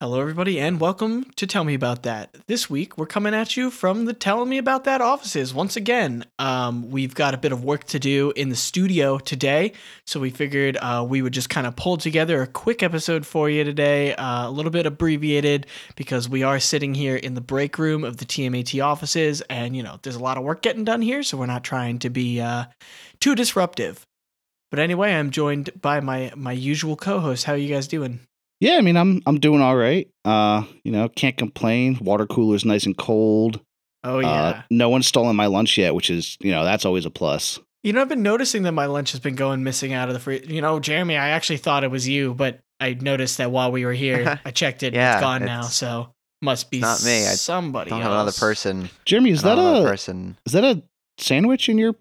Hello, everybody, and welcome to Tell Me About That. This week, we're coming at you from the Tell Me About That offices once again. Um, we've got a bit of work to do in the studio today, so we figured uh, we would just kind of pull together a quick episode for you today, uh, a little bit abbreviated because we are sitting here in the break room of the TMAT offices, and you know, there's a lot of work getting done here, so we're not trying to be uh, too disruptive. But anyway, I'm joined by my my usual co-host. How are you guys doing? Yeah, I mean, I'm I'm doing all right. Uh, you know, can't complain. Water cooler's nice and cold. Oh Uh, no one's stolen my lunch yet, which is you know that's always a plus. You know, I've been noticing that my lunch has been going missing out of the free. You know, Jeremy, I actually thought it was you, but I noticed that while we were here, I checked it. Yeah, it's gone now, it's so must be not me. I somebody Don't else. have another person. Jeremy, is I Oh, that don't have another a person? is that a sandwich in your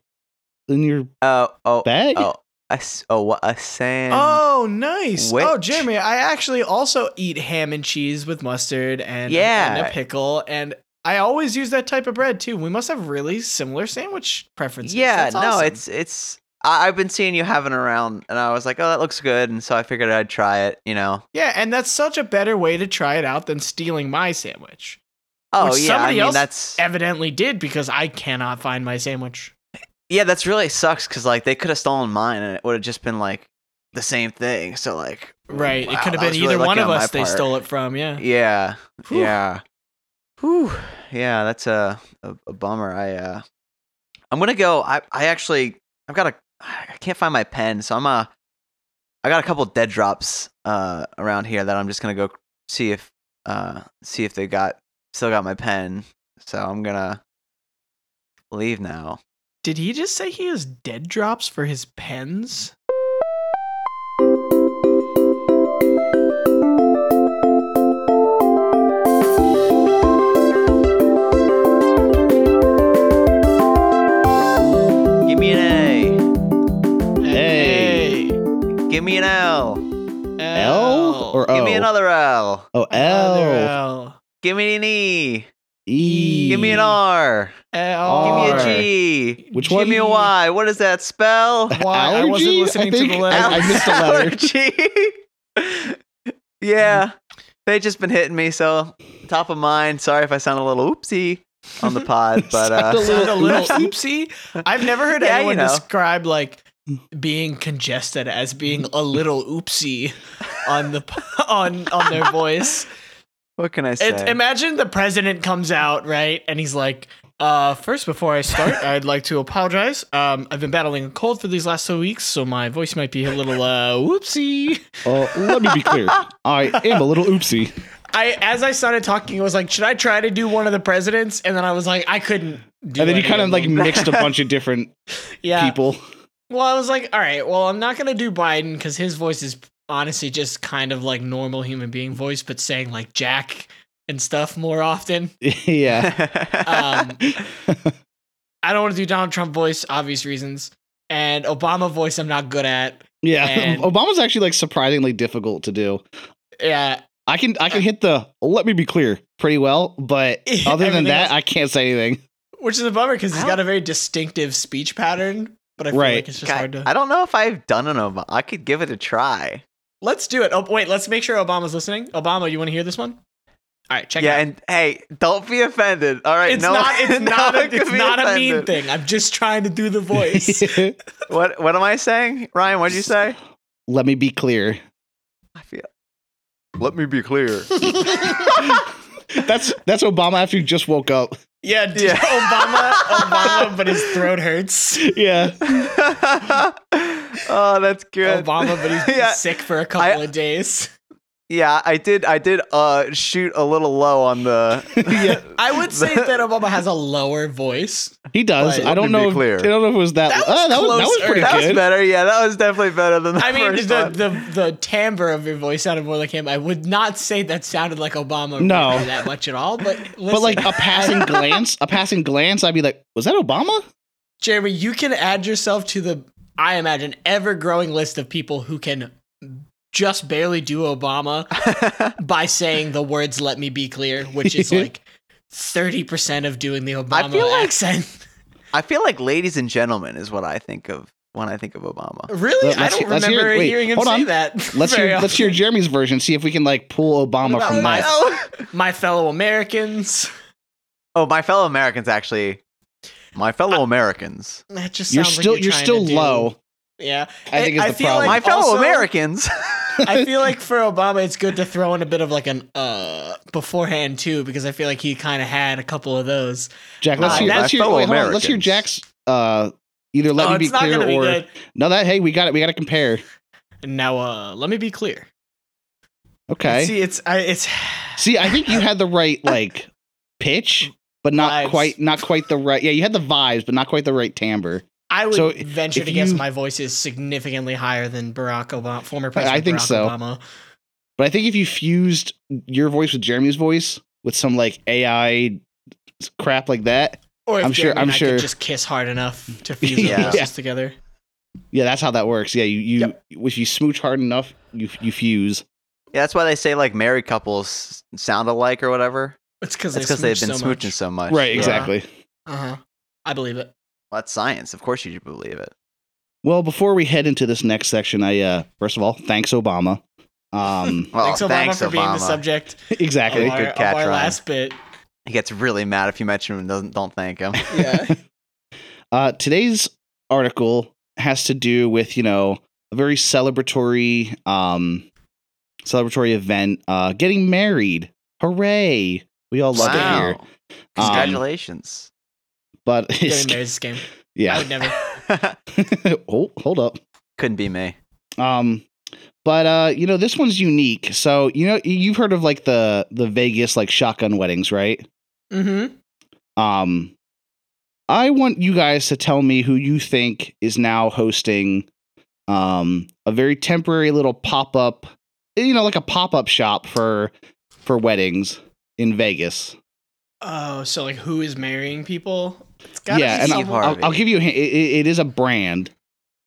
in your Oh, oh, bag? oh, a, s- oh, what a sand. Oh, nice! Oh, Which- Jeremy, I actually also eat ham and cheese with mustard and, Yeah. and a pickle, and I always use that type of bread too. We must have really similar sandwich preferences. yeah. That's No, awesome. it's it's. I, I've been seeing you having around, and I was like, oh, that looks good, and so I figured I'd try it. You know. yeah, and that's such a better way to try it out than stealing my sandwich. Oh Which yeah. I somebody mean, else that's Evidently, did because I cannot find my sandwich. yeah. That's really sucks because like they could have stolen mine, and it would have just been like the same thing. So like. Right. wow, it could have been that was either really one lucky of on us my they part. stole it from. Yeah. Yeah. Whew. Yeah. Whew. Yeah, that's a, a, a bummer. I uh I'm gonna go I, I actually I've got a I can't find my pen, so I'm uh I got a couple dead drops uh around here that I'm just gonna go see if uh see if they got still got my pen. So I'm gonna leave now. Did he just say he has dead drops for his pens? Give me an Hey. A. Give me an L. oh. L or O? Give me another L. Oh, Another L L. Give me an E. E. Give me an R. L. Give R. me a G. Which Give me a G. Y. What does that spell? Why? I wasn't Allergy, I listening to the think. letter. I- I missed a letter. Allergy. yeah. They just been hitting me, so top of mind. Sorry if I sound a little oopsie on the pod, but Sound uh, a Sound a little Little- oopsie. I've never heard Yeah, you anyone know. describe like being congested as being a little oopsie on the on on their voice. what can I say? It's, imagine the president comes out, right? And he's like, uh, first, before I start, I'd like to apologize. Um, I've been battling a cold for these last two weeks, so my voice might be a little uh, whoopsie. Oh, let me be clear. I am a little oopsie. I, as I started talking, I was like, should I try to do one of the presidents? And then I was like, I couldn't. Do And then you any kind of like them. mixed a bunch of different yeah. people. Well, I was like, all right, well, I'm not gonna do Biden because his voice is honestly just kind of like normal human being voice, but saying like Jack and stuff more often. yeah. Um, I don't want to do Donald Trump voice, obvious reasons. And Obama voice, I'm not good at. Yeah. and- Obama's actually like surprisingly difficult to do. Yeah, I can I can hit the let me be clear pretty well, but other Everything than that, else- I can't say anything. which is a bummer because he's I got a very distinctive speech pattern. But I feel Right. like it's just God, hard to. I don't know if I've done an Obama. I could give it a try. Let's do it. Oh wait, let's make sure Obama's listening. Obama, you want to hear this one? All right, check. yeah, it out. and hey, don't be offended. All right, it's no, not. It's no not. A, one can it's be not a mean offended. thing. I'm just trying to do the voice. What What am I saying, Ryan? What did you say? let me be clear. I feel. Let me be clear. That's that's Obama after you just woke up. yeah, d- Yeah. Obama. Obama, but his throat hurts. Yeah. oh, that's good. Obama, but he's been yeah, sick for a couple I- of days. yeah. I did. I did uh, shoot a little low on the. Yeah. I would say that Obama has a lower voice. He does. But- I don't Let me be know. If, clear. I don't know if it was that. That was oh, that, was, that was closer. pretty that was good. better. Yeah, that was definitely better than the I mean, first the, one. the the timbre of your voice sounded more like him. I would not say that sounded like Obama No. really that much at all. But listen, but like uh, a passing glance, a passing glance, I'd be like, was that Obama? Jeremy, you can add yourself to the I imagine ever growing list of people who can just barely do Obama by saying the words "Let me be clear," which is like thirty percent of doing the Obama feel like- accent. I feel like, ladies and gentlemen, is what I think of when I think of Obama. Really? Let- I let's don't hear- let's hear remember it. Wait, hearing him hold say on. that. Let's very hear let's hear often. Jeremy's version. See if we can like pull Obama What from about my. Obama? Oh, my fellow Americans. oh, my fellow Americans actually. My fellow Americans. That just You're sounds like still you're trying still to do- low. Yeah, I think is I the feel problem. My like- fellow also- Americans. I feel like for Obama, it's good to throw in a bit of like an uh beforehand too, because I feel like he kind of had a couple of those. Jack, let's Uh, hear my let's hear fellow wait, hold on, let's hear Americans. Jack's uh either let Oh, me be it's not clear gonna be or good. no that hey we got it we got to compare. Now, uh, let me be clear. Okay. See, See, it's I, it's I think you had the right like pitch, but not Vibes. quite not quite the right. Yeah, you had the vibes, but not quite the right timbre. I would So, venture if to guess you- my voice is significantly higher than Barack Obama, former president. I think Barack so. Obama. But I think if you fused your voice with Jeremy's voice with some like AI crap like that, Or if I'm I'm sure- sure. i I'm could sure- just kiss hard enough to fuse Yeah. our voices together. yeah, that's how that works. Yeah, you you Yep. if you smooch hard enough, you you fuse. Yeah, that's why they say like married couples sound alike or whatever. It's because That's they because they've been so smooching much. so much. Right, Yeah. exactly. Uh huh. I believe it. Well, that's science. Of course, you should believe it. Well, before we head into this next section, I uh first of all, thanks Obama. Um Well, thanks, Obama, thanks, for being the Obama. subject exactly. of our, Good of catch, our Ryan. last bit. He gets really mad if you mention him and doesn't don't thank him. Yeah. Uh, today's article has to do with you know a very celebratory um celebratory event uh getting married hooray we all love Wow. it here Um, Congratulations. but it's, Getting married this game. I yeah would never. Um, oh hold up Couldn't be me. um but uh you know this one's unique so you know you've heard of like the the vegas like shotgun weddings right Mm-hmm. Um, I want you guys to tell me who you think is now hosting um, a very temporary little pop up, you know, like a pop up shop for for weddings in Vegas. Oh, so like who is marrying people? It's gotta Yeah, be and I'll- someone. I'll, I'll give you a hint. It, it- it is a brand.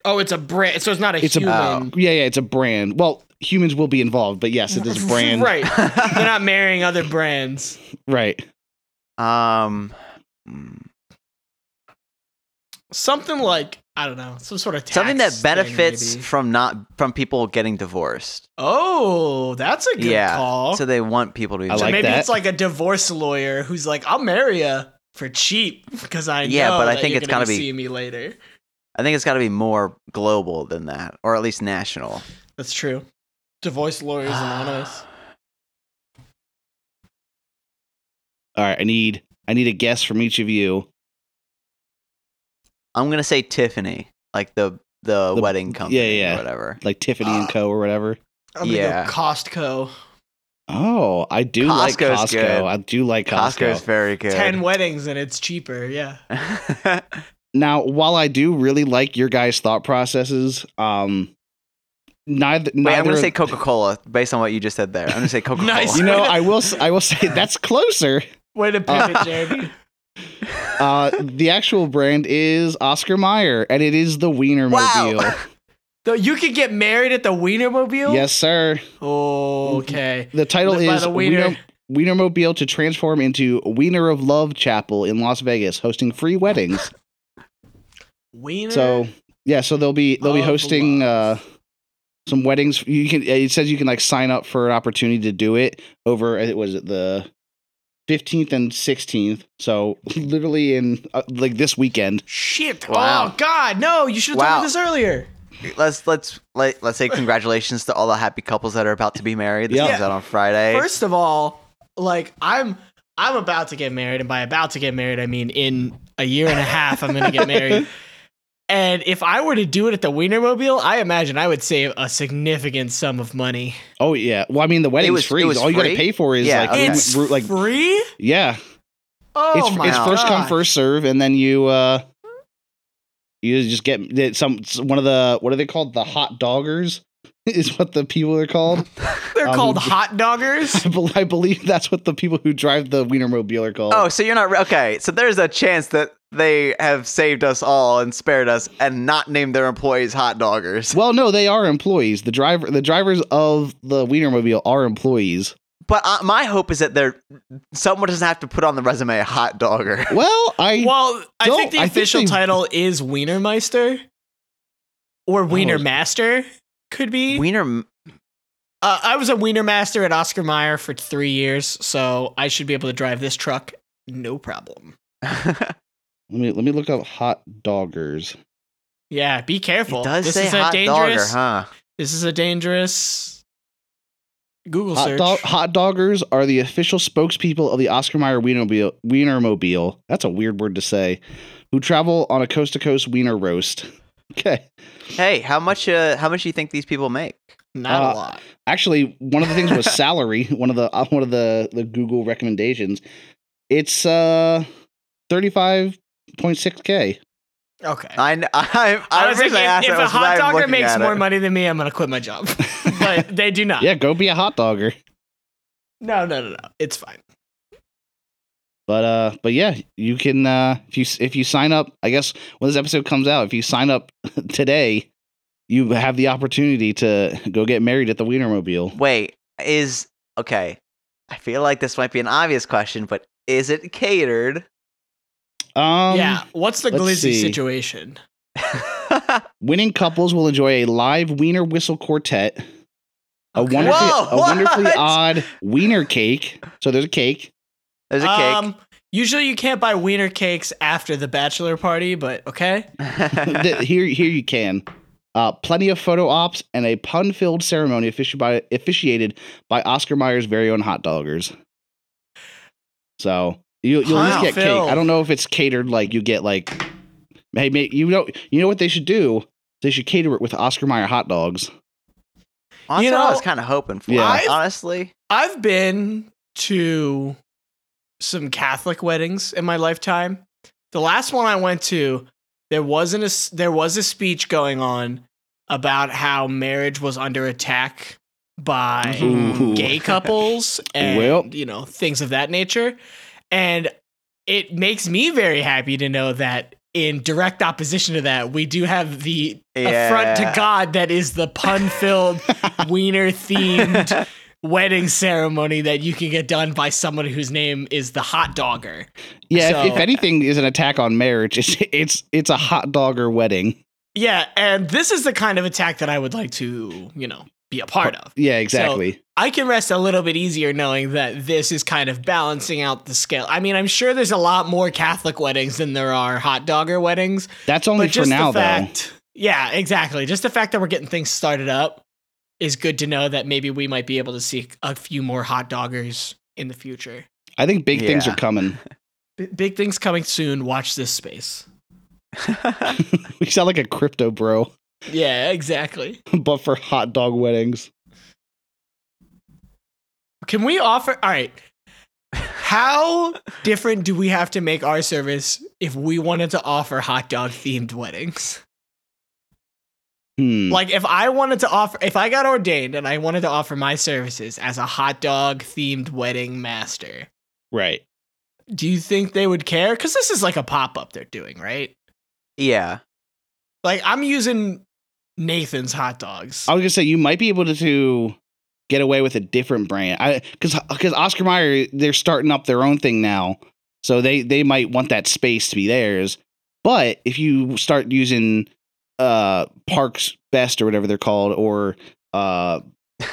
oh, it's a brand. So it's not a It's a- human. Oh. Yeah, yeah, it's a brand. Well, humans will be involved, but yes, it is a brand. right. They're not marrying other brands. right. um, mm, Something like I don't know, some sort of tax something that thing, benefits maybe. from not from people getting divorced. oh, that's a good Yeah, call. So they want people to be. Oh. I So like maybe that. it's like a divorce lawyer who's like, "I'll marry you for cheap because I Yeah, know but I that think you're it's gonna gotta be- seeing me later." I think it's got to be more global than that, or at least national. That's true. Divorce lawyers anonymous. All right. I need I need a guess from each of you. I'm gonna say Tiffany, like the the, The- wedding company, yeah, yeah. or whatever. Like Tiffany and Uh. Co. or whatever. I'm gonna Yeah. go Costco. Oh, I do like Costco's Costco. good. I do like Costco's very good. Ten weddings and it's cheaper. Yeah. Now, while I do really like your guys' thought processes, um, neither, Wait, neither I'm gonna of- say Coca Cola based on what you just said there. I'm gonna say Coca Cola. Nice. you know, I will, s- I will say that's closer. Way to pivot, Jeremy. Uh, the actual brand is Oscar Mayer, and it is the Wienermobile. Wow. Though you could get married at the Wienermobile. Oh, Yes, sir. Okay. The title Live by is the wiener. Wiener- Wienermobile to transform into Wiener of Love Chapel in Las Vegas, hosting free weddings. Wiener. So yeah, so they'll be they'll be Of hosting uh, love. some weddings. You can it says you can like sign up for an opportunity to do it over. It was it the fifteenth and sixteenth. So literally in uh, like this weekend. Shit. Wow. Oh God, no! You should have Wow. told me this earlier. let's let's let, let's say congratulations to all the happy couples that are about to be married. This Yeah. comes out on Friday. First of all, like I'm I'm about to get married, and by about to get married, I mean in a year and a half I'm gonna get married. And if I were to do it at the Wienermobile, I imagine I would save a significant sum of money. Oh yeah. Well, I mean the wedding's was- it free. was All you got to free? pay for is Yeah, like okay. It's root- like free? yeah. Oh It's, my it's first come God. first serve, and then you uh you just get that some one of the what are they called the hot doggers is what the people are called. They're Um, called hot doggers. I, bel I believe that's what the people who drive the Wienermobile are called. oh, so you're not re- okay. So there's a chance that they have saved us all and spared us and not named their employees hot doggers. well, no, they are employees. The driver, the drivers of the Wienermobile are employees. But uh, my hope is that they're someone doesn't have to put on the resume a hot dogger. Well, I Well, I Don't- think the I think official they- title is Wienermeister. or Wiener Oh. Master could be. Wiener. Uh, I was a Wiener Master at Oscar Mayer for three years, so I should be able to drive this truck no problem. it Let me let me look up hot doggers. Yeah, be careful. does this say is a hot dogger, dangerous. huh? This is a dangerous Google Hot, search. dog, hot doggers are the official spokespeople of the Oscar Mayer Wienermobile. Wienermobile. That's a weird word to say. Who travel on a coast to coast wiener roast. Okay. Hey, how much? Uh, how much do you think these people make? Not uh, a lot. Actually, one of the things was salary. One of the uh, one of the the Google recommendations. It's uh thirty five point six k. Okay. I kn- I, I, I was originally thinking, asked if that a was without hot even dogger looking makes at more it. money than me, I'm gonna quit my job. but they do not. Yeah, go be a hot dogger. No, no, no, no. It's fine. But uh, but yeah, you can uh, if you if you sign up, I guess when this episode comes out, if you sign up today, you have the opportunity to go get married at the Wienermobile. Wait, is okay. I feel like this might be an obvious question, but is it catered? Um, yeah. What's the let's glizzy see. situation? winning couples will enjoy a live Wiener whistle quartet, a Okay. wonderfully Whoa, a wonderfully what? odd Wiener cake. So there's a cake. There's a cake. Um, usually you can't buy wiener cakes after the bachelor party, but okay. Th- here here you can. Uh, plenty of photo ops and a pun filled ceremony offici- by, officiated by Oscar Mayer's very own hot doggers. So you, you'll at least get cake. Pun-filled. I don't know if it's catered like you get like, hey, ma- you know, you know what they should do? They should cater it with Oscar Mayer hot dogs. That's You what I was know, kind of hoping for. Yeah. I've- Honestly, I've been to some Catholic weddings in my lifetime. The last one I went to, there wasn't a s- there was a speech going on about how marriage was under attack by Ooh. gay couples and Well. you know things of that nature and it makes me very happy to know that in direct opposition to that we do have the affront to Yeah. god that is the pun filled wiener themed wedding ceremony that you can get done by someone whose name is the hot dogger Yeah, if- if, So- anything is an attack on marriage, it's it's it's a hot dogger wedding. yeah and this is the kind of attack that i would like to you know be a part of Yeah, exactly. I can rest a little bit easier knowing that this is kind of balancing out the scale. I mean, I'm sure there's a lot more Catholic weddings than there are hot dogger weddings, That's only but for just now, the though. fact, yeah, exactly. Just the fact that we're getting things started up is good to know that maybe we might be able to see a few more hot doggers in the future. I think big things Yeah. are coming. B- big things coming soon. Watch this space. we sound like a crypto bro. Yeah, exactly. but for hot dog weddings. Can we offer? All right. How different do we have to make our service if we wanted to offer hot dog themed weddings? Hmm. Like if I wanted to offer if I got ordained and I wanted to offer my services as a hot dog themed wedding master, Right. do you think they would care? Cuz this is like a pop-up they're doing, right? yeah. Like I'm using Nathan's hot dogs. I was gonna say you might be able to, to get away with a different brand. I because because Oscar Mayer they're starting up their own thing now, so they they might want that space to be theirs. But if you start using uh Parks Best or whatever they're called, or uh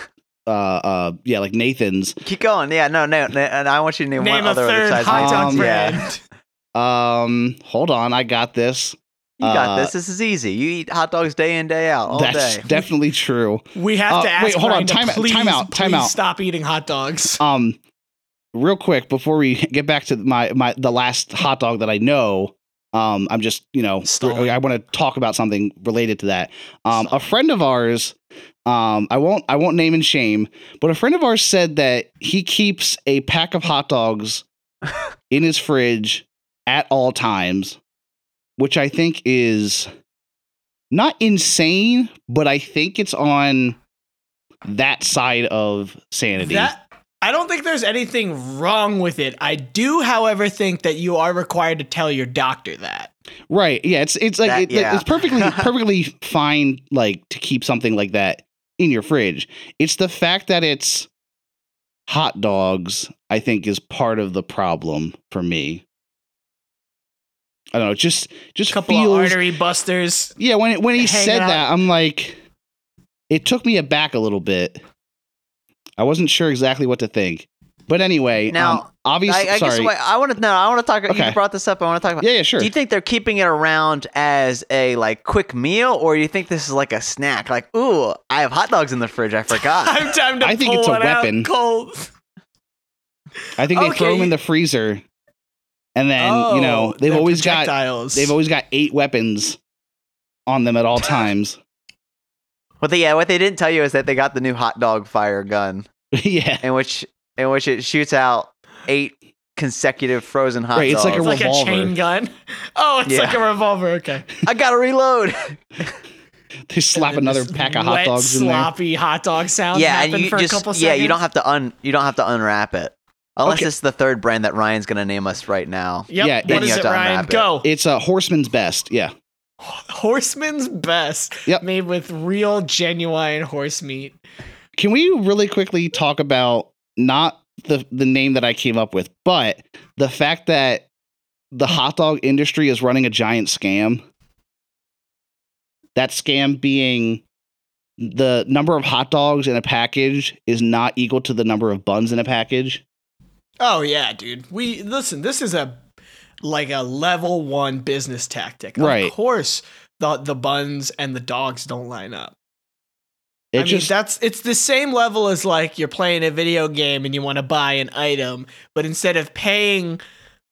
uh uh yeah like Nathan's, Keep going. Yeah. No. No. no and I want you to name, Name one a other third besides hot dog Um, Nathan's. Yeah. brand. um hold on, I got this. You got Uh, this. This is easy. You eat hot dogs day in day out all That's day. definitely true. We have Uh, to ask wait, hold on, Ryan to time out- time please, out, time please out. Stop eating hot dogs. Um, real quick before we get back to my my the last hot dog that I know. Um, I'm just you know Stalling. I want to talk about something related to that. Um, a Stalling. friend of ours, um, I won't I won't name and shame, but a friend of ours said that he keeps a pack of hot dogs in his fridge at all times, which I think is not insane, but I think it's on that side of sanity. That I don't think there's anything wrong with it. I do, however, think that you are required to tell your doctor that. Right. Yeah. It's it's like That- it- like, yeah. it's perfectly perfectly fine like to keep something like that in your fridge. It's the fact that it's hot dogs. I think is part of the problem for me. I don't know. Just just couple feels. of artery busters. yeah, when it, when he hanging said out. that, I'm like, it took me aback a little bit. I wasn't sure exactly what to think. But anyway, Now, um, obviously, I, I sorry. guess what I want to know. I want to talk. Okay. You brought this up. I want to talk about. yeah, yeah, sure. Do you think they're keeping it around as a like quick meal, or you think this is like a snack? Like, ooh, I have hot dogs in the fridge. I forgot. I'm time to I think pull it's a one out weapon. Cold. I think they throw okay. them in the freezer, and then you know Oh, they've the always got projectiles. they've always got eight weapons on them at all times. what they yeah, what they didn't tell you is that they got the new hot dog fire gun, yeah, in which in which it shoots out eight consecutive frozen hot Right, it's like a dogs. it's like a revolver. chain gun. Oh, it's Yeah. like a revolver. Okay. I gotta reload. they slap And then another this pack of hot wet, dogs in there. Sloppy hot dog sound. yeah, and happen you for just a couple yeah, you don't seconds. have to un you don't have to unwrap it unless Okay. it's the third brand that Ryan's gonna name us right now. yeah, Yep. then what you is have it, to Ryan? unwrap it. Go. It's a horseman's best. Yeah, Horseman's best. Yep. Made with real, genuine horse meat. Can we really quickly talk about not the the name that I came up with, but the fact that the hot dog industry is running a giant scam? That scam being the number of hot dogs in a package is not equal to the number of buns in a package. Oh yeah, dude. We listen. This is a like a level one business tactic. Right. Of course, the the buns and the dogs don't line up. It I mean, just that's it's the same level as like you're playing a video game and you want to buy an item, but instead of paying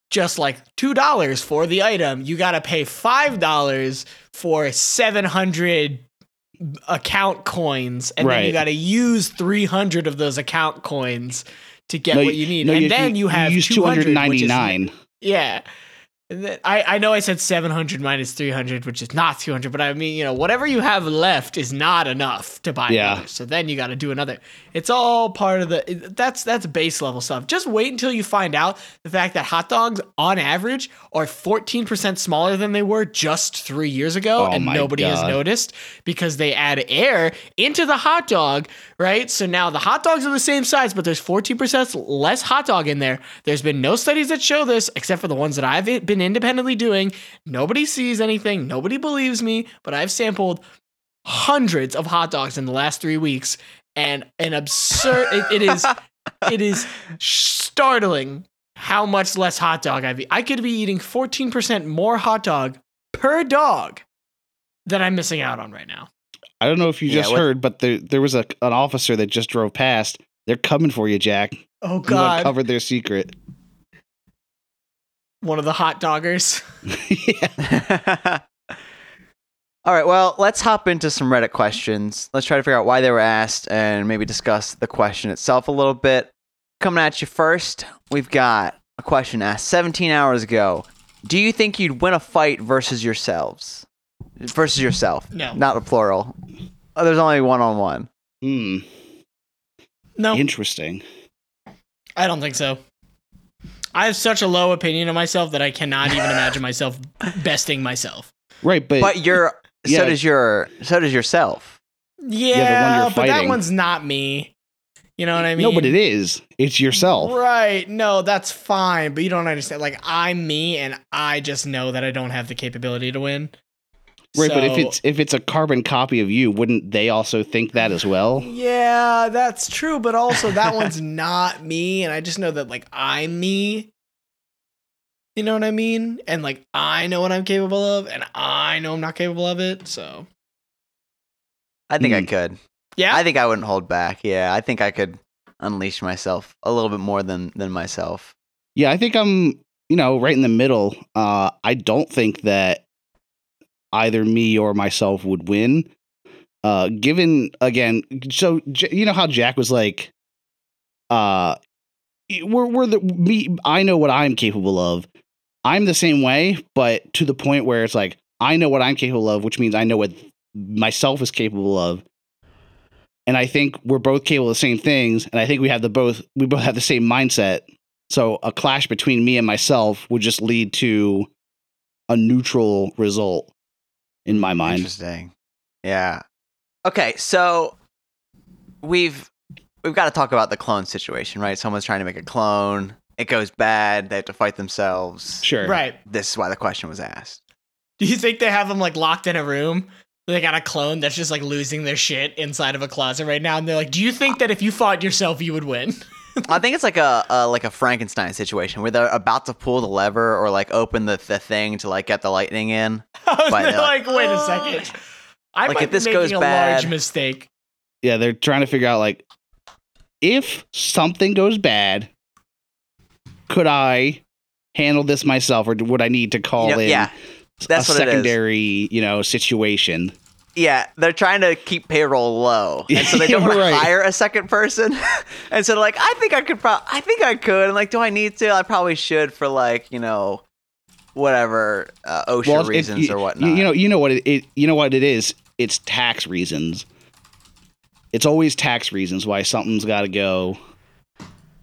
just like two dollars for the item, you got to pay five dollars for seven hundred account coins, and then you Right. got to use three hundred of those account coins to get No, what you- you need, no, and then you, have use two hundred ninety nine. yeah. And then- I, I know I said 700 minus 300, which is not 200, but I mean, you know, whatever you have left is not enough to buy Yeah. another. So then you got to do another. It's all part of the it- that's that's base level stuff. Just wait until you find out the fact that hot dogs on average are 14% smaller than they were just 3 years ago Oh and my nobody has God. noticed because they add air into the hot dog, right? So now the hot dogs are the same size, but there's 14% less hot dog in there. There's been no studies that show this except for the ones that I've been independently doing. Nobody sees anything, nobody believes me, but I've sampled hundreds of hot dogs in the last 3 weeks and an absurd it, it is it is startling how much less hot dog I've eaten. I could be eating 14% more hot dog per dog that I'm missing out on right now. I don't know if you Yeah, just what- heard, but there there was a an officer that just drove past. They're coming for you, Jack. Oh, You God. uncovered their secret. One of the hot doggers. yeah. All right, well, let's hop into some Reddit questions. Let's try to figure out why they were asked and maybe discuss the question itself a little bit. Coming at you first, we've got a question asked 17 hours ago. Do you think you'd win a fight versus yourselves? Versus yourself. No. Not a plural. Oh, there's only one on one. Hmm. No, Interesting. I don't think so. I have such a low opinion of myself that I cannot even imagine myself besting myself. Right, but, But you're Yeah. so does your so does yourself. Yeah, you're but that fighting. one's not me. You know what I mean? no, but it is. It's yourself. Right. No, that's fine. But you don't understand. Like, I'm me, and I just know that I don't have the capability to win. Right, but if So- it's if it's a carbon copy of you, wouldn't they also think that as well? Yeah, that's true. But also, that one's not me. And I just know that, like, I'm me. You know what I mean? And, like, I know what I'm capable of, and I know I'm not capable of it. So, I think I Hmm. could. yeah. I think I wouldn't hold back. Yeah, I think I could unleash myself a little bit more than than myself. Yeah, I think I'm, you know, right in the middle. Uh I don't think that either me or myself would win. Uh given again, so J- you know how Jack was like uh we're we're the me I know what I'm capable of. I'm the same way, but to the point where it's like I know what I'm capable of, which means I know what myself is capable of. And I think we're both capable of the same things, and I think we have the both we both have the same mindset. So a clash between me and myself would just lead to a neutral result in my mind. Interesting. Yeah. Okay, so we've we've got to talk about the clone situation, right? Someone's trying to make a clone. it goes bad. They have to fight themselves. Sure. Right. This is why the question was asked. Do you think they have them like locked in a room? They got a clone that's just like losing their shit inside of a closet right now, and they're like, "Do you think that if you fought yourself, you would win?" I think it's like a, a like a Frankenstein situation where they're about to pull the lever or like open the, the thing to like get the lightning in. they're Why not? like, "Wait a Uh, second, I like, might if this be making goes a large bad- mistake." Yeah, they're trying to figure out like if something goes bad, could I handle this myself, or would I need to call You know, in yeah, that's a what it is. secondary, you know, situation? yeah, they're trying to keep payroll low, and so they don't want Right. to hire a second person. and so they're like, I think I could, pro- I think I could, and like, do I need to? I probably should for like you know, whatever uh, OSHA Well, it- reasons you- or you- whatnot. You know, you know what it, it you know what it is. It's tax reasons. It's always tax reasons why something's got to go.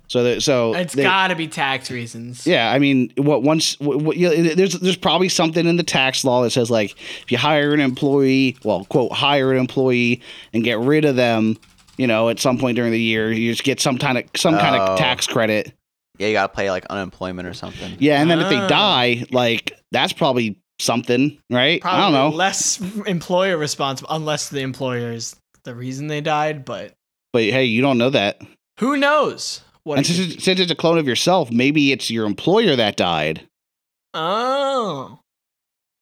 So, that, so It's they- got to be tax reasons. Yeah, I mean, what once what, what, you know, there's there's probably something in the tax law that says like if you hire an employee, well, quote hire an employee and get rid of them, you know, at some point during the year, you just get some kind of some kind Oh. of tax credit. yeah, you gotta pay like unemployment or something. Yeah, and then if they Ah. die, like that's probably something, right? I don't know, Less employer responsible, unless the employer is the reason they died. But but hey, you don't know that. who knows what? And it could- since, it's- since it's a clone of yourself, maybe it's your employer that died. oh,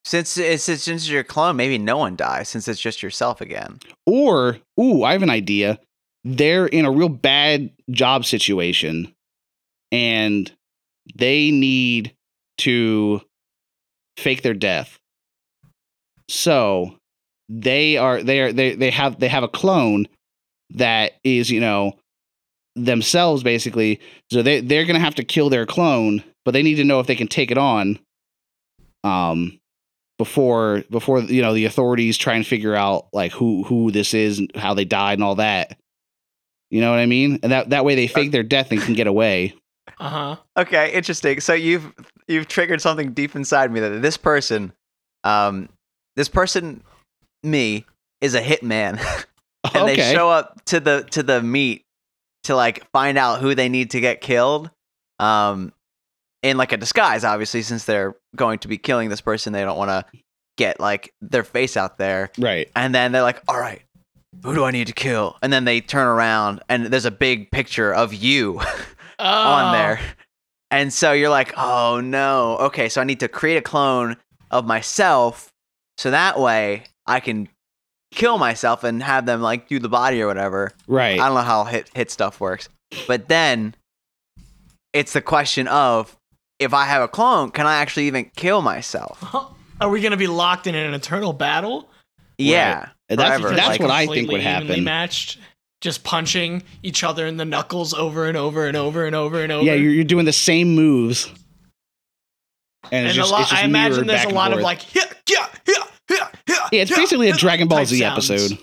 Since it's since it's your clone, maybe no one dies since it's just yourself again. Or, ooh, I have an idea. They're in a real bad job situation and they need to fake their death. So they are they are they they have they have a clone that is, you know, themselves basically. So they they're gonna have to kill their clone, but they need to know if they can take it on. Um before before you know the authorities try and figure out like who who this is and how they died and all that you know what i mean and that that way they fake their death and can get away uh huh. Okay, interesting. So you've you've triggered something deep inside me that this person, um, this person, me is a hitman, and they okay show up to the to the meet to like find out who they need to get killed, um, in like a disguise, obviously, since they're going to be killing this person, they don't want to get like their face out there. right And then they're like, all right, who do I need to kill? And then they turn around and there's a big picture of you Oh. on there. And so you're like, oh no. Okay, so I need to create a clone of myself so that way I can kill myself and have them like do the body or whatever. right I don't know how hit hit stuff works. But then it's the question of if I have a clone, can I actually even kill myself? Are we gonna be locked in an eternal battle? Yeah. And that's, forever, that's like- what i think Completely would evenly happen Matched, just punching each other in the knuckles over and over and over and over and over. yeah you're, you're doing the same moves and, and it's a just, lot. it's just I imagine mirrored there's back a and lot of forth. like, yeah, yeah, yeah, yeah, yeah it's basically a dragon ball type z sounds. episode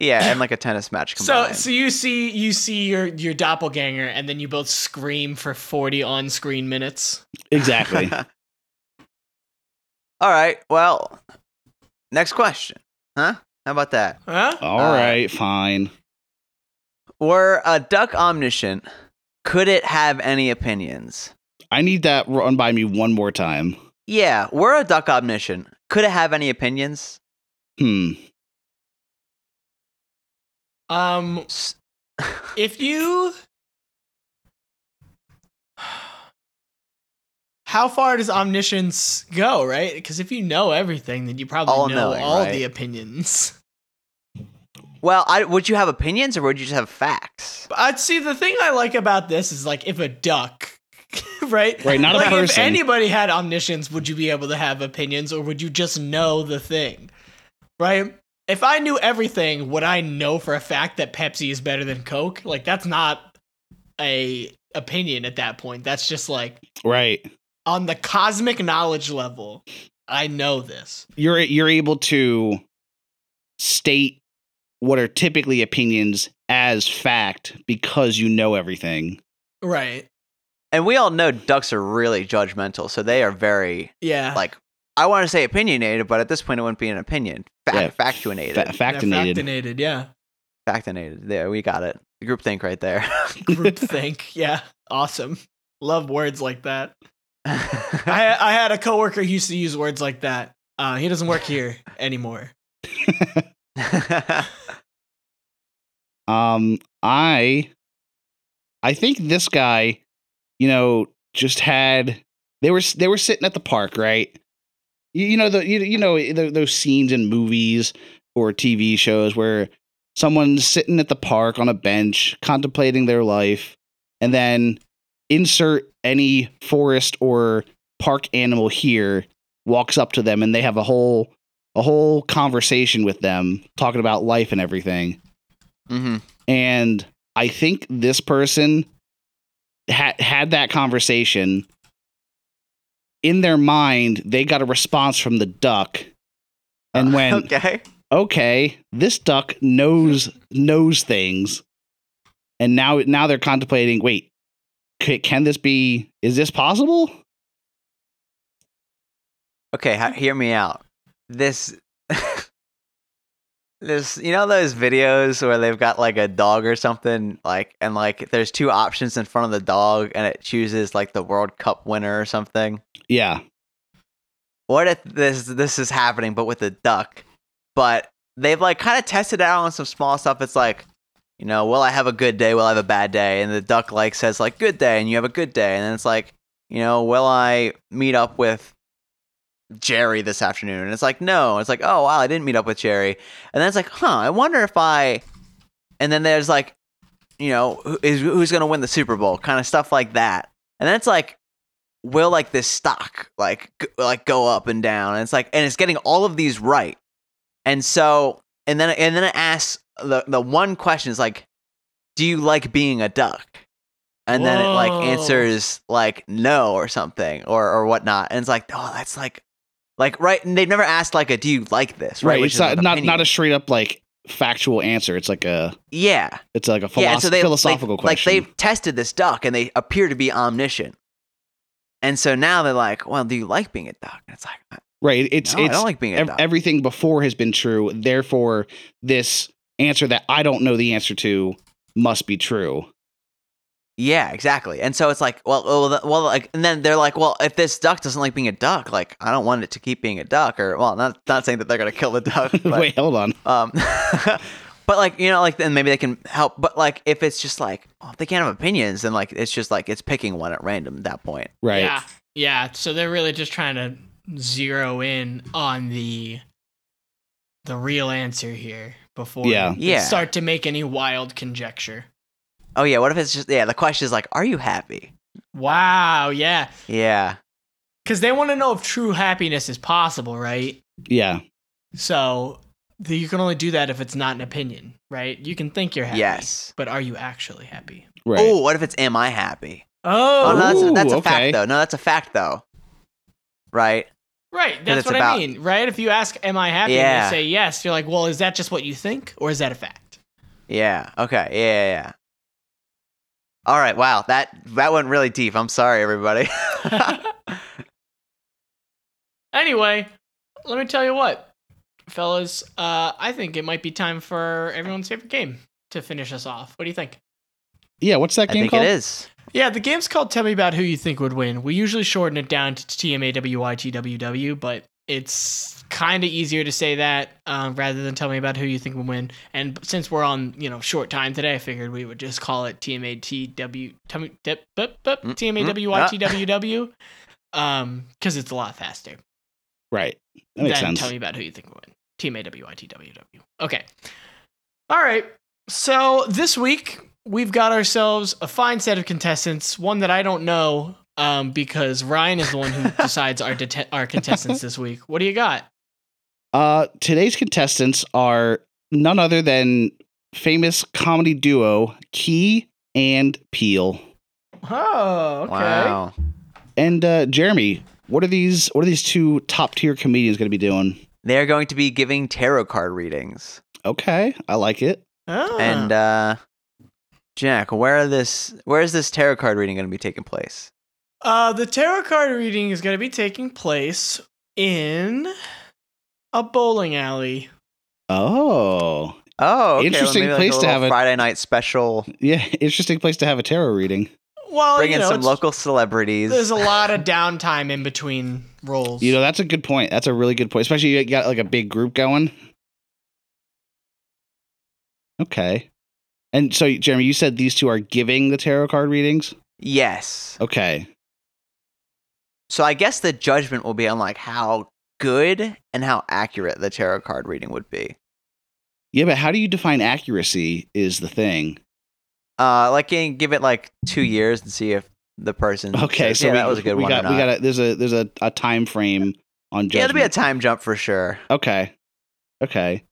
Yeah, and like a tennis match So, combined. so you see, you see your your doppelganger, and then you both scream for forty on-screen minutes. exactly All right. Well, next question. Huh? How about that? Huh? All Uh, right, fine Were a duck omniscient? Could it have any opinions? i need that run by me one more time Yeah, were a duck omniscient? Could it have any opinions? hmm Uh, Um, S- if you, how far does omniscience go? Right? Because if you know everything, then you probably All know knowing, all right? the opinions. Well, I, would you have opinions or would you just have facts? I'd see the thing I like about this is like if a duck, right? Right, not a like If person. anybody had omniscience, would you be able to have opinions, or would you just know the thing, right? If I knew everything, would I know for a fact that Pepsi is better than Coke? Like that's not a opinion at that point. That's just like right on the cosmic knowledge level. I know this. you're you're able to state what are typically opinions as fact because you know everything. Right. And we all know ducks are really judgmental, so they are very Yeah. like I want to say opinionated, but at this point it wouldn't be an opinion. Fa- Yeah, Factuated. Fa- factinated. Factinated. Yeah. factinated. There, we got it. The group think right there. Group think. Yeah. Awesome. Love words like that. I I had a coworker who used to use words like that. Uh, he doesn't work here anymore. Um, I, I think this guy, you know, just had they were they were sitting at the park, right? You, you know the you, you know eh, tho- those scenes in movies or TV shows where someone's sitting at the park on a bench contemplating their life, and then insert any forest or park animal here walks up to them and they have a whole a whole conversation with them talking about life and everything hmm and I think this person had had that conversation in their mind. They got a response from the duck, and when okay. Oh, okay. this duck knows knows things, and now now they're contemplating. Wait, c- can this be? Is this possible? Okay, ha- hear me out. This, this, you know those videos where they've got like a dog or something, like, and like there's two options in front of the dog, and it chooses like the World Cup winner or something. Yeah, What if this this is happening, but with a duck? But they've like kind of tested it out on some small stuff. It's like, you know, will I have a good day? Will I have a bad day? And the duck like says like good day, and you have a good day, and then it's like, you know, will I meet up with Jerry this afternoon? And it's like, no. It's like, oh wow, I didn't meet up with Jerry. And then it's like, huh, I wonder if I. And then there's like, you know, who is who's gonna win the Super Bowl? Kind of stuff like that. And then it's like, will like this stock like g- like go up and down? And it's like, and it's getting all of these right. And so, and then and then it asks the the one question is like, do you like being a duck? And then it like Whoa. answers like no or something or or whatnot. And it's like, oh, that's like. Like right, and they've never asked like a do you like this right. right? which it's is not an not, not opinion. a straight up like factual answer. It's like a yeah it's like a philosoph- yeah, and so they, philosophical like, question. Like they've tested this duck and they appear to be omniscient. And so now they're like, well, do you like being a duck? And it's like, I- right. It's no, I it's don't like being a ev- duck. everything before has been true. Therefore, this answer that I don't know the answer to must be true. yeah, exactly. And so it's like, well, oh, well, th- well, like, and then they're like, well, if this duck doesn't like being a duck, like, I don't want it to keep being a duck. Or, well, not not saying that they're gonna kill the duck. But, Wait, hold on. Um, but like you know, like then maybe they can help. But like if it's just like well, if they can't have opinions, then like it's just like it's picking one at random at that point. Right. Yeah. Yeah. So they're really just trying to zero in on the the real answer here before Yeah. they Yeah. start to make any wild conjecture. Oh yeah, what if it's just yeah? The question is like, are you happy? Wow, yeah. Yeah. Cuz they want to know if true happiness is possible, right? Yeah. So the, you can only do that if it's not an opinion, right? You can think you're happy. Yes. But are you actually happy? Right. Oh, what if it's am I happy? Oh, Oh, no, that's a, Ooh, that's a okay. fact though. No, that's a fact though. Right? right. That's it's what about- I mean, right? If you ask, "Am I happy?" Yeah. and they say yes, you're like, "Well, is that just what you think, or is that a fact?" Yeah. Okay. Yeah. Yeah. yeah. All right. Wow. That that went really deep. I'm sorry, everybody. Anyway, let me tell you what, fellas. Uh, I think it might be time for everyone's favorite game to finish us off. What do you think? yeah. What's that I game think called? it is. Yeah, the game's called "Tell Me About Who You Think Would Win." We usually shorten it down to TMAWYTWW, but it's kind of easier to say that um, rather than tell me about who you think would win. And since we're on you know short time today, I figured we would just call it TMATW tell me- dip- bup- bup, Mm, ah. TMAWYTWW um because it's a lot faster. Right. That makes then sense. tell me about who you think will win. Team AWITWW. Okay. All right. So this week we've got ourselves a fine set of contestants. One that I don't know um, because Ryan is the one who decides our det- our contestants this week. What do you got? Uh, today's contestants are none other than famous comedy duo Key and Peel. Oh, Wow. And uh, Jeremy, what are these? What are these two top tier comedians going to be doing? They're going to be giving tarot card readings. Okay, I like it. Ah. Uh-huh. And uh Jack, where are this where is this tarot card reading going to be taking place? Uh, the tarot card reading is going to be taking place in a bowling alley. Oh, Oh, okay. well, Interesting maybe place like a to little have it. Friday night special. yeah, interesting place to have a tarot reading. Well, Bring Oh, you in know, some it's- local celebrities. There's a lot of downtime in between roles. You know, that's a good point. That's a really good point, especially you got like a big group going. Okay. And so, Jeremy, you said these two are giving the tarot card readings. yes. Okay. So I guess the judgment will be on like how good and how accurate the tarot card reading would be. Yeah, but how do you define accuracy? Is the thing. Uh, like can you give it like two years and see if the person. Okay, says, so Mm-hmm. yeah, we, that was a good we one. Got, or we not." got a, there's a there's a, a time frame on yeah, judgment. there'll be a time jump for sure. Okay. Okay.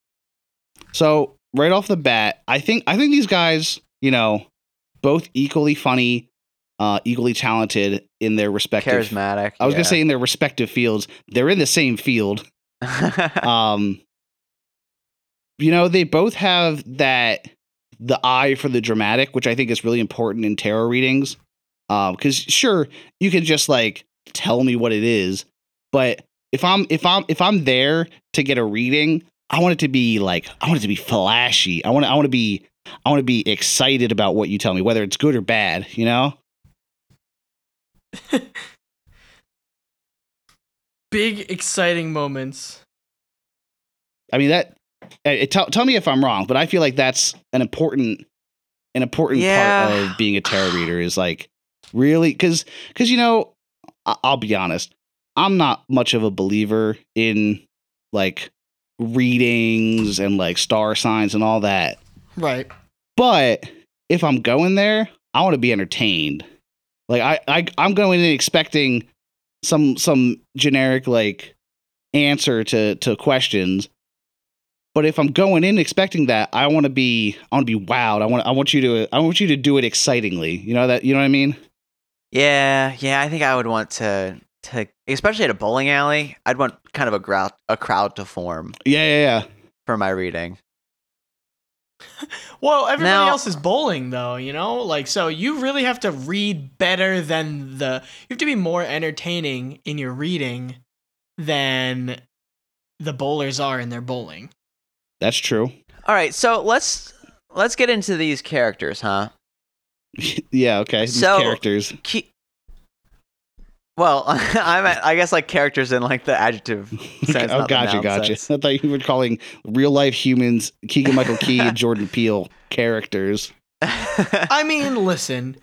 So right off the bat, I think I think these guys, you know, both equally funny, uh, equally talented in their respective. Charismatic. I was gonna say in their respective fields. They're in the same field. gonna say. Um, you know, they both have that the eye for the dramatic, which I think is really important in tarot readings. Um, because sure, you can just like tell me what it is, but if I'm if I'm if I'm there to get a reading, I want it to be like I want it to be flashy. I want I want to be I want to be excited about what you tell me, whether it's good or bad. You know? Big exciting moments. I mean that. eh, eh, tell tell me if I'm wrong, but I feel like that's an important an important part Yeah. of being a tarot reader is like really because because you know I- I'll be honest, I'm not much of a believer in like readings and like star signs and all that. Right. But if I'm going there, I want to be entertained. Like I, I I'm going in expecting some some generic like answer to to questions. But if I'm going in expecting that, I want to be I want to be wowed. I want I want you to I want you to do it excitingly. You know that you know what I mean? Yeah, yeah, I think I would want to to especially at a bowling alley, I'd want kind of a crowd a crowd to form Yeah, yeah, yeah. for my reading. Well, everybody Now- else is bowling though, you know? Like so you really have to read better than the you have to be more entertaining in your reading than the bowlers are in their bowling. That's true. All right, so let's let's get into these characters, huh? yeah, okay. These So- characters. Ki- well, I'm at, I guess like characters in like the adjective. Sense, oh, not the gotcha, noun gotcha. sense. I thought you were calling real life humans Keegan Michael Key and Jordan Peele characters. I mean, listen,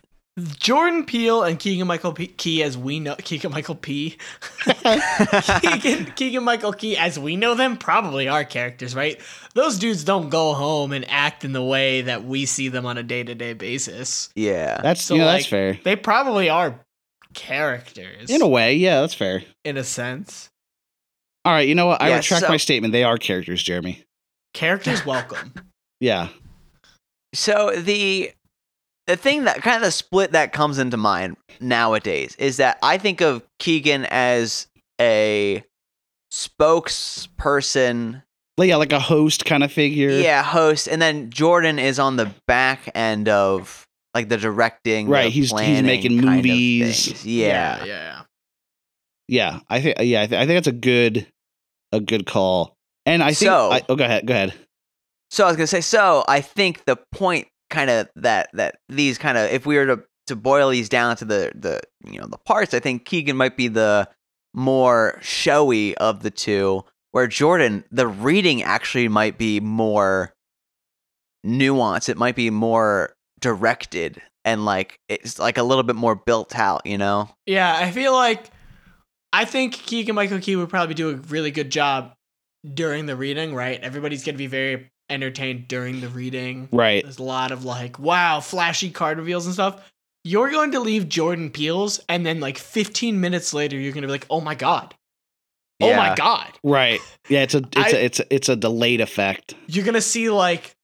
Jordan Peele and Keegan Michael P- Key as we know Keegan Michael P. Keegan Keegan Michael Key as we know them probably are characters, right? Those dudes don't go home and act in the way that we see them on a day-to-day basis. yeah. That's So, you know, that's like, fair. They probably are characters In a way, yeah, that's fair. in a sense. All right, you know what? I Yeah, retract so- my statement. They are characters, Jeremy. Characters welcome. Yeah. So the the thing that kind of the split that comes into mind nowadays is that I think of Keegan as a spokesperson Like, yeah, like a host kind of figure. yeah host and then jordan is on the back end of like the directing Right, the he's- he's planning making kind of movies. things. yeah. yeah. yeah. Yeah. I think yeah, I, th- I think that's a good a good call. And I think So- I, oh go ahead, go ahead. so i was gonna say so i think the point kind of that that these kind of if we were to to boil these down to the the you know the parts i think keegan might be the more showy of the two where jordan the reading actually might be more nuanced it might be more directed and like it's like a little bit more built out you know Yeah, I feel like I think Keegan Michael Key would probably do a really good job during the reading, right? Everybody's gonna be very entertained during the reading. Right. There's a lot of like, wow, flashy card reveals and stuff. You're going to leave Jordan Peels, and then like 15 minutes later, you're gonna be like, oh my god, oh my Yeah. god. Right. Yeah, it's a it's I- a it's a, it's a delayed effect. You're gonna see like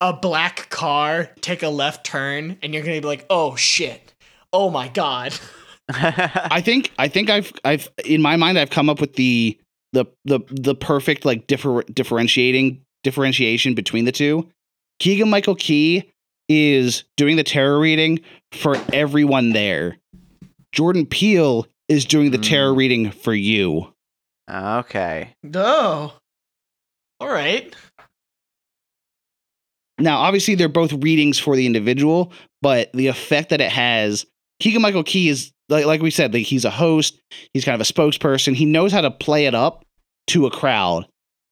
a black car take a left turn, and you're gonna be like, oh shit, oh my god. I think I think I've I've in my mind I've come up with the the the the perfect like differ, differentiating differentiation between the two. Keegan Michael Key is doing the tarot reading for everyone there. Jordan Peele is doing the tarot Mm. reading for you. okay. No. All right. Now, obviously, they're both readings for the individual, but the effect that it has Keegan Michael Key is like like we said, like he's a host, he's kind of a spokesperson. He knows how to play it up to a crowd.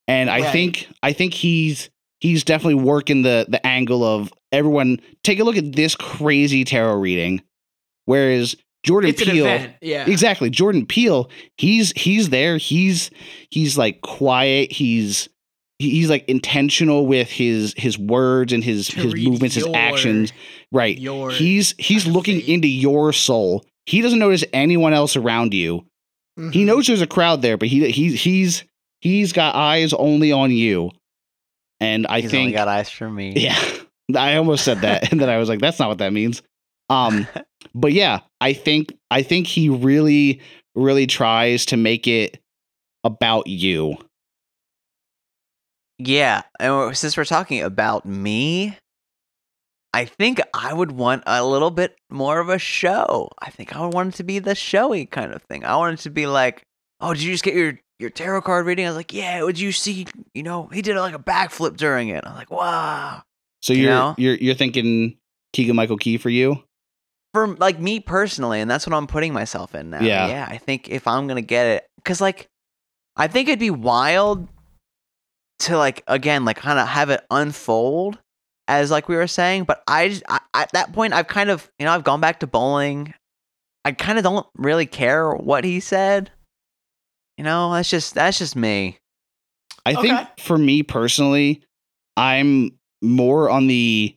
And I Right. think I think he's he's definitely working the the angle of everyone take a look at this crazy tarot reading. Whereas Jordan It's an Peele event. Yeah. Exactly. Jordan Peele, he's he's there. He's he's like quiet. He's he- he's like intentional with his his words and his To his read movements, his your- actions. Right. Your He's he's kind of looking fate. into your soul. He doesn't notice anyone else around you. He Mhm. knows there's a crowd there, but he he's he's he's got eyes only on you. And I He's only think got eyes for me. yeah. I almost said that and then I was like that's not what that means. Um but yeah, I think I think he really really tries to make it about you. Yeah, and we're- since we're talking about me, I think I would want a little bit more of a show. I think I would want it to be the showy kind of thing. I want it to be like, oh, did you just get your your tarot card reading? I was like, yeah. Would you see? You know, he did like a backflip during it. I'm like, wow. So You you're know? you're you're thinking Keegan Michael Key for you? For like me personally, and that's what I'm putting myself in now. Yeah. yeah I think if I'm gonna get it, because like, I think it'd be wild to like again like kind of have it unfold as like we were saying but I, just, I at that point i've kind of you know i've gone back to bowling i kind of don't really care what he said you know that's just that's just me I Okay. think for me personally, I'm more on the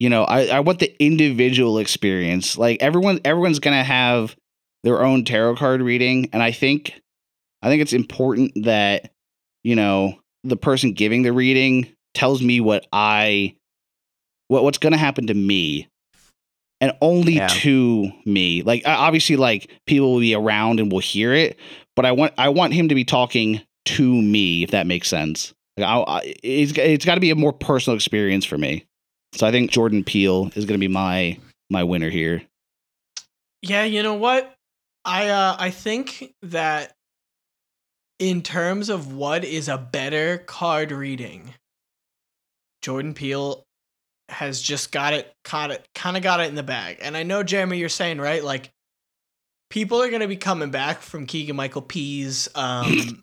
you know, I, I want the individual experience. Like everyone everyone's gonna have their own tarot card reading. And I think I think it's important that, you know, the person giving the reading tells me what I what what's gonna happen to me. And only Yeah. to me. Like o- obviously like people will be around and will hear it, but I want I want him to be talking to me, if that makes sense. Like I, I, it's it's got to be a more personal experience for me. So I think Jordan Peele is going to be my my winner here. Yeah, you know what? I uh, I think that in terms of what is a better card reading, Jordan Peele has just got it, caught it, kind of got it in the bag. And I know Jeremy, you're saying right, like people are gonna be coming back from Keegan Michael P's um,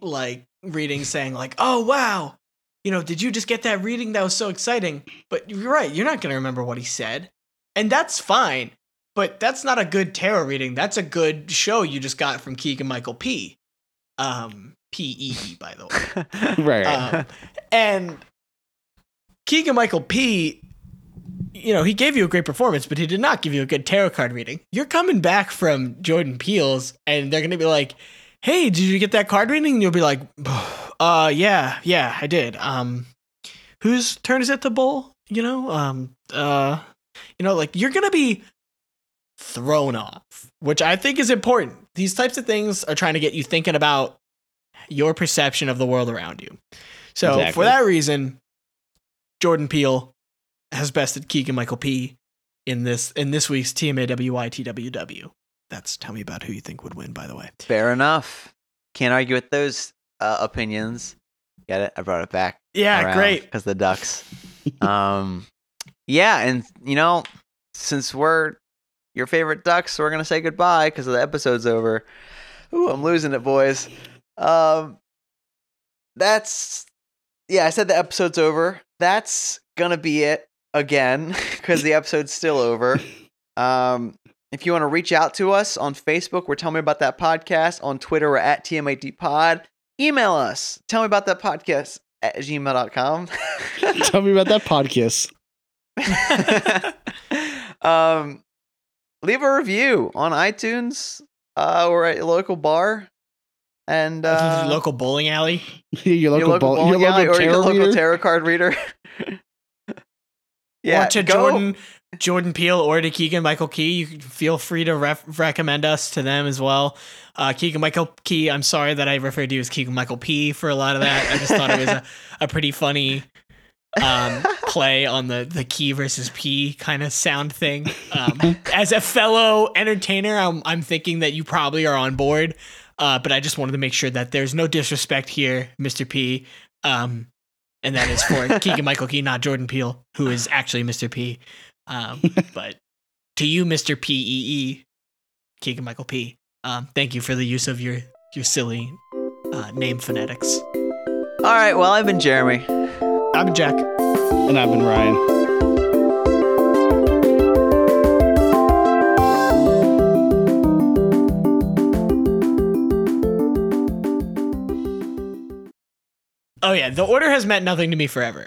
like reading, saying like, "Oh wow, you know, did you just get that reading? That was so exciting." But you're right, you're not gonna remember what he said, and that's fine. But that's not a good tarot reading. That's a good show you just got from Keegan Michael P. Um, P E E, by the way. right. Um, and Keegan Michael P, you know, he gave you a great performance, but he did not give you a good tarot card reading. You're coming back from Jordan Peele's, and they're going to be like, hey, did you get that card reading? And you'll be like, uh, yeah, yeah, I did. Um, whose turn is it to bowl? You know, um, uh, you know, like you're going to be thrown off, which I think is important. These types of things are trying to get you thinking about your perception of the world around you. So Exactly. for that reason, Jordan Peele has bested Keegan Michael P in this in this week's TMAWYTWW. That's tell me about who you think would win, by the way. fair enough can't argue with those uh, opinions get it i brought it back Yeah, great. because the ducks um yeah and you know since we're your favorite ducks we're gonna say goodbye because the episode's over Ooh, i'm losing it boys um that's yeah i said the episode's over that's gonna be it again because the episode's still over um if you want to reach out to us on facebook we're telling me about that podcast on twitter we're at tmat pod email us tell me about that podcast at gmail.com Tell me about that podcast. um, leave a review on iTunes uh, or at your local bar and uh, local bowling alley. your your local, local ball, bowling your local alley or your tarot local reader? tarot card reader. or to go- Jordan Jordan Peele or to Keegan Michael Key. You can feel free to ref- recommend us to them as well. Uh, Keegan Michael Key. I'm sorry that I referred to you as Keegan Michael P for a lot of that. I just thought it was a, a pretty funny um, play on the the key versus P kind of sound thing. Um, as a fellow entertainer, I'm I'm thinking that you probably are on board. Uh, but I just wanted to make sure that there's no disrespect here, Mr. P. Um, and that is for Keegan Michael Key, not Jordan Peele, who is actually Mr. P. Um, but to you, Mr. PEE, Keegan Michael P. Um, thank you for the use of your your silly uh, name phonetics. All right. Well, I've been Jeremy. I'm Jack. And I've been Ryan. Oh yeah, the order has meant nothing to me forever.